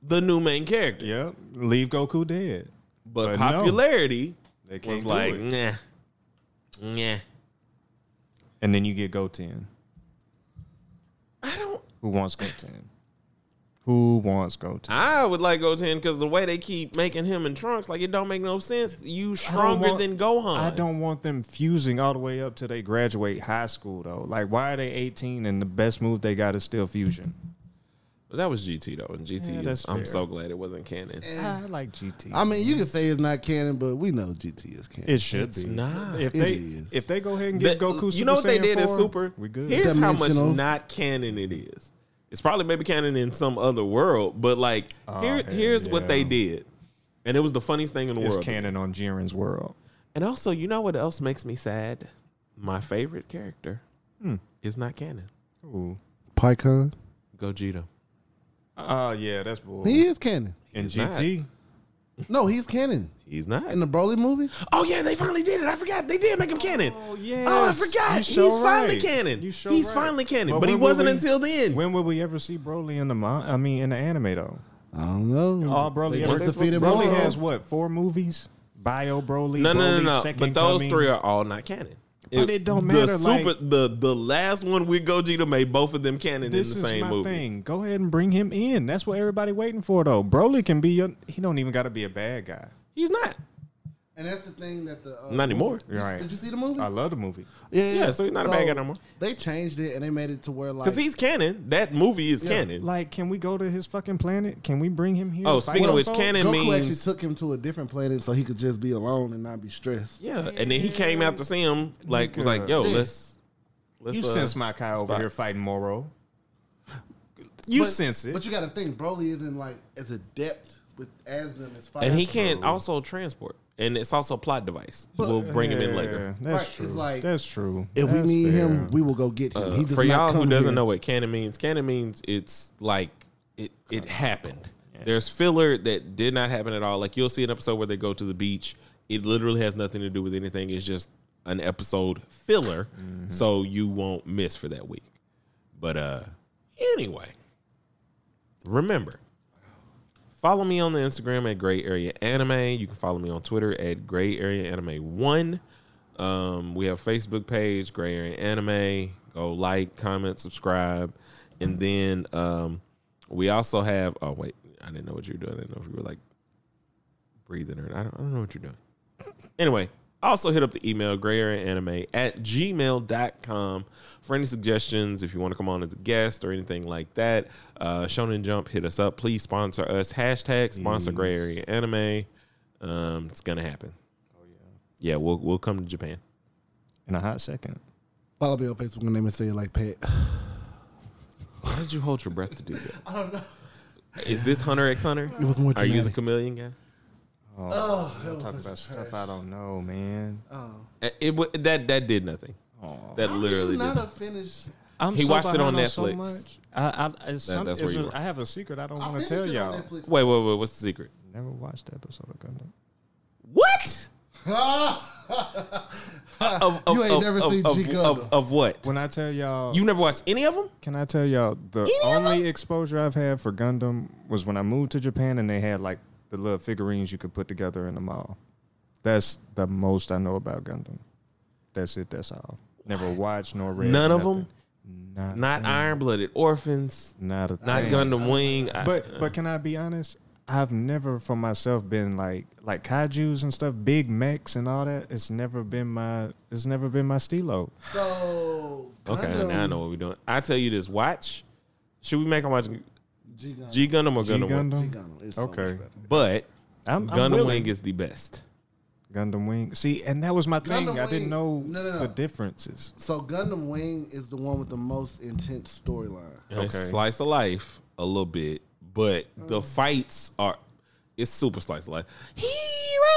the new main character,
yep, leave Goku dead.
but,
But no.
popularity
They can't
was
do
like, mm.
it.
nah, nah.
and then you get Goten.
I don't.
Who wants Goten? Who wants Goten?
I would like Goten because the way they keep making him in trunks, like it don't make no sense. You
I don't
stronger
want-
than Gohan.
I don't want them fusing all the way up till they graduate high school though. Like, why are they 18 and the best move they got is still fusion?
That was GT though, and GT.
Yeah,
is-
that's
I'm
fair.
so glad it wasn't canon.
Eh.
I like GT.
I mean, you can say it's not canon, but we know GT is canon.
It should
It's
be.
not.
If
It
they
is.
if they go ahead and get
That-
Goku, Super
you know what they
Saiyan
did at
4,
Super?
We good.
Here's how much
Dimensionals.
not canon it is. It's probably maybe canon in some other world, but like here,
Oh, hell
here's what
yeah.
they did, and it was the funniest thing in the
it's
world.
canon on Jiren's world.
And also, you know what else makes me sad? My favorite character
Hmm.
is not canon.
Ooh.
PyCon.
Gogeta.
Oh yeah, that's bull.
He is canon.
And
He's not.
GT,
No, he's canon
He's not.
in the Broly movie.
Oh yeah, they finally did it. I forgot they did make him canon.
Oh, yes.
Oh, I forgot.
You sure
He's finally
right.
canon.
You sure
He's
right.
finally canon,
But
but he
when will
wasn't
we-
until then.
when will we ever see Broly in the mon- I mean in the anime though?
I don't know.
Oh, Broly,
They
yeah,
just
that's
defeated
what's-
Broly
Broly.
has what four movies? Bio Broly,
No, no,
Broly,
no, no.
Second
But those
Coming.
three are all not canon.
But it don't
The
matter,
super,
like-
the the last one with Gogeta made both of them canon
This
in
is
the same
my
movie.
thing. Go ahead and bring him in. That's what everybody waiting for though. Broly can be your. He don't even got to be a bad guy.
He's not.
And that's the thing that the uh,
Not anymore. Uh,
Did,
Right.
did you see the movie?
I love the movie.
yeah,
Yeah, so he's not a bad guy no more.
They changed it and they made it to where like
Because he's canon. That movie is canon.
Like, can we go to his fucking planet? Can we bring him here?
Oh,
to fight
speaking of
some
which,
folk?
canon
Goku actually
means.
took him to a different planet so he could just be alone and not be stressed.
Yeah. And then he came out to see him, like, was like, yo,
Yeah.
let's. let's
you
uh,
sense my guy over
spot.
here fighting Moro. You
but,
sense it.
But you got to think, Broly isn't like as adept with as them as far
And he
as-
can't also transport. And it's also a plot device. we'll bring him in later.
Yeah, That's
Right,
true.
it's like-
that's true.
If we
That's
need
fair.
him, we will go get him. he does
Uh, For
not
y'all who
come
doesn't
here.
know what canon means, canon means it's like it it happened. There's filler that did not happen at all. Like you'll see an episode where they go to the beach. It literally has nothing to do with anything. It's just an episode filler, so you won't miss for that week. But uh anyway, remember Follow me on the Instagram at Gray Area Anime. You can follow me on Twitter at Gray Area Anime One. Um, we have a Facebook page Gray Area Anime. Go like, comment, subscribe, and then um, we also have. Oh wait, I didn't know what you were doing. I didn't know if you were like breathing or I don't, I don't know what you're doing. Anyway, also hit up the email grayareaanime at gmail.com for any suggestions if you want to come on as a guest or anything like that. Uh, Shonen Jump, hit us up. Please sponsor us. Hashtag sponsor Gray Area Anime. Um, it's going to happen. Oh, Yeah, we'll we'll come to Japan.
in a hot second.
Follow me on Facebook and name and say it like Pat.
Why did you hold your breath to do that?
I don't know.
Is this Hunter X Hunter?
It was more
Are you the
dramatic.
chameleon guy?
Oh, that was
Talk
such
about
a
stuff
trash.
I don't know, man.
Oh.
Uh, It, wa that that did nothing. That
How are you
literally did.
not
nothing.
a finished.
I'm
He watched it
behind
on
so
Netflix.
much. I, I, it's some,
that's
that's
where
it's
you
a,
were.
I have a secret I don't
I
want to
finished
tell
it on
y'all.
Netflix.
Wait, wait, wait. What's the secret?
Never watched the episode of Gundam.
What? Uh, of, of,
You ain't
of,
never
of,
seen
of,
G
of,
Gundam.
of what?
When I tell y'all,
You never watched any of them?
can I tell y'all the
Any of
only exposure I've had for Gundam was when I moved to Japan and they had like the little figurines you could put together in the mall. That's the most I know about Gundam. That's it. That's all. Never watched nor read
None of
nothing. Not
Not Iron Blooded Orphans.
not a
Not
thing.
Gundam Wing. I- uh,
But but can I be honest? I've never for myself been like like kaiju's and stuff, big mechs and all that. It's never been my it's never been my stilo.
So
okay,
Gundam-
now I know what we're doing. I tell you this. Watch. Should we make them watch
G Gundam.
G Gundam or
G
Gundam Wing?
Gundam.
G Gundam is so much
Okay.
better.
But
I'm, I'm
Gundam
willing.
Wing is the best.
Gundam Wing. See, and that was my thing.
Gundam
I didn't
Wing-
know
no, no, no.
the differences.
So Gundam Wing is the one with the most intense storyline.
And it's
Okay.
slice of life a little bit, but
Mm.
the fights are it's super slice of life. Hero.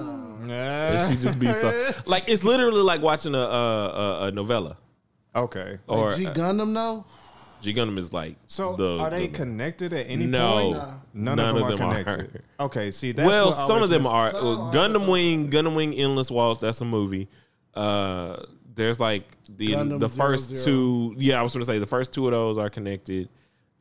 Uh-huh.
And she just be so like it's literally like watching a a, a, a novella
okay.
or uh,
G Gundam though,
G Gundam is like
So
Oh, the-
are they
the-
connected at any
No.
point?
Nah.
None,
None
of
of
them,
them
are
are.
connected. Okay, see that's
well
what
some
always
of them
misses-
are
Some
Well,
are,
Gundam
some
Wing Gundam Wing Endless Walls that's a movie uh there's like the
Gundam
the first
Zero
two yeah I was gonna say the first two of those are connected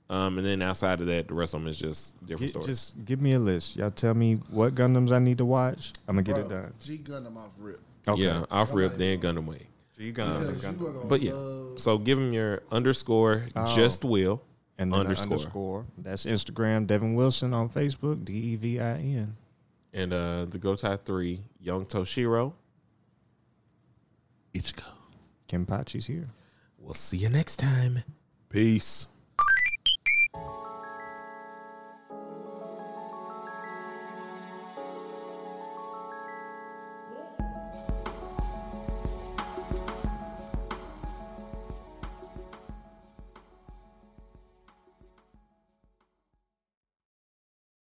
um and then outside of that the rest of them is just different
Get-
stories
just give me a list. Y'all tell me what Gundams I need to watch. I'm gonna get
bro,
it done.
G Gundam off rip.
Okay.
yeah off rip then Gundam Wing
G Gundam.
Because you are gonna
but yeah
love-
so give them your underscore
Oh.
just will
and then
underscore.
underscore. underscore. That's Instagram. Devin Wilson on Facebook. D E V I N.
and uh the Gotai three Young Toshiro
Ichigo.
Kim Pachi's here.
We'll see you next time. Peace.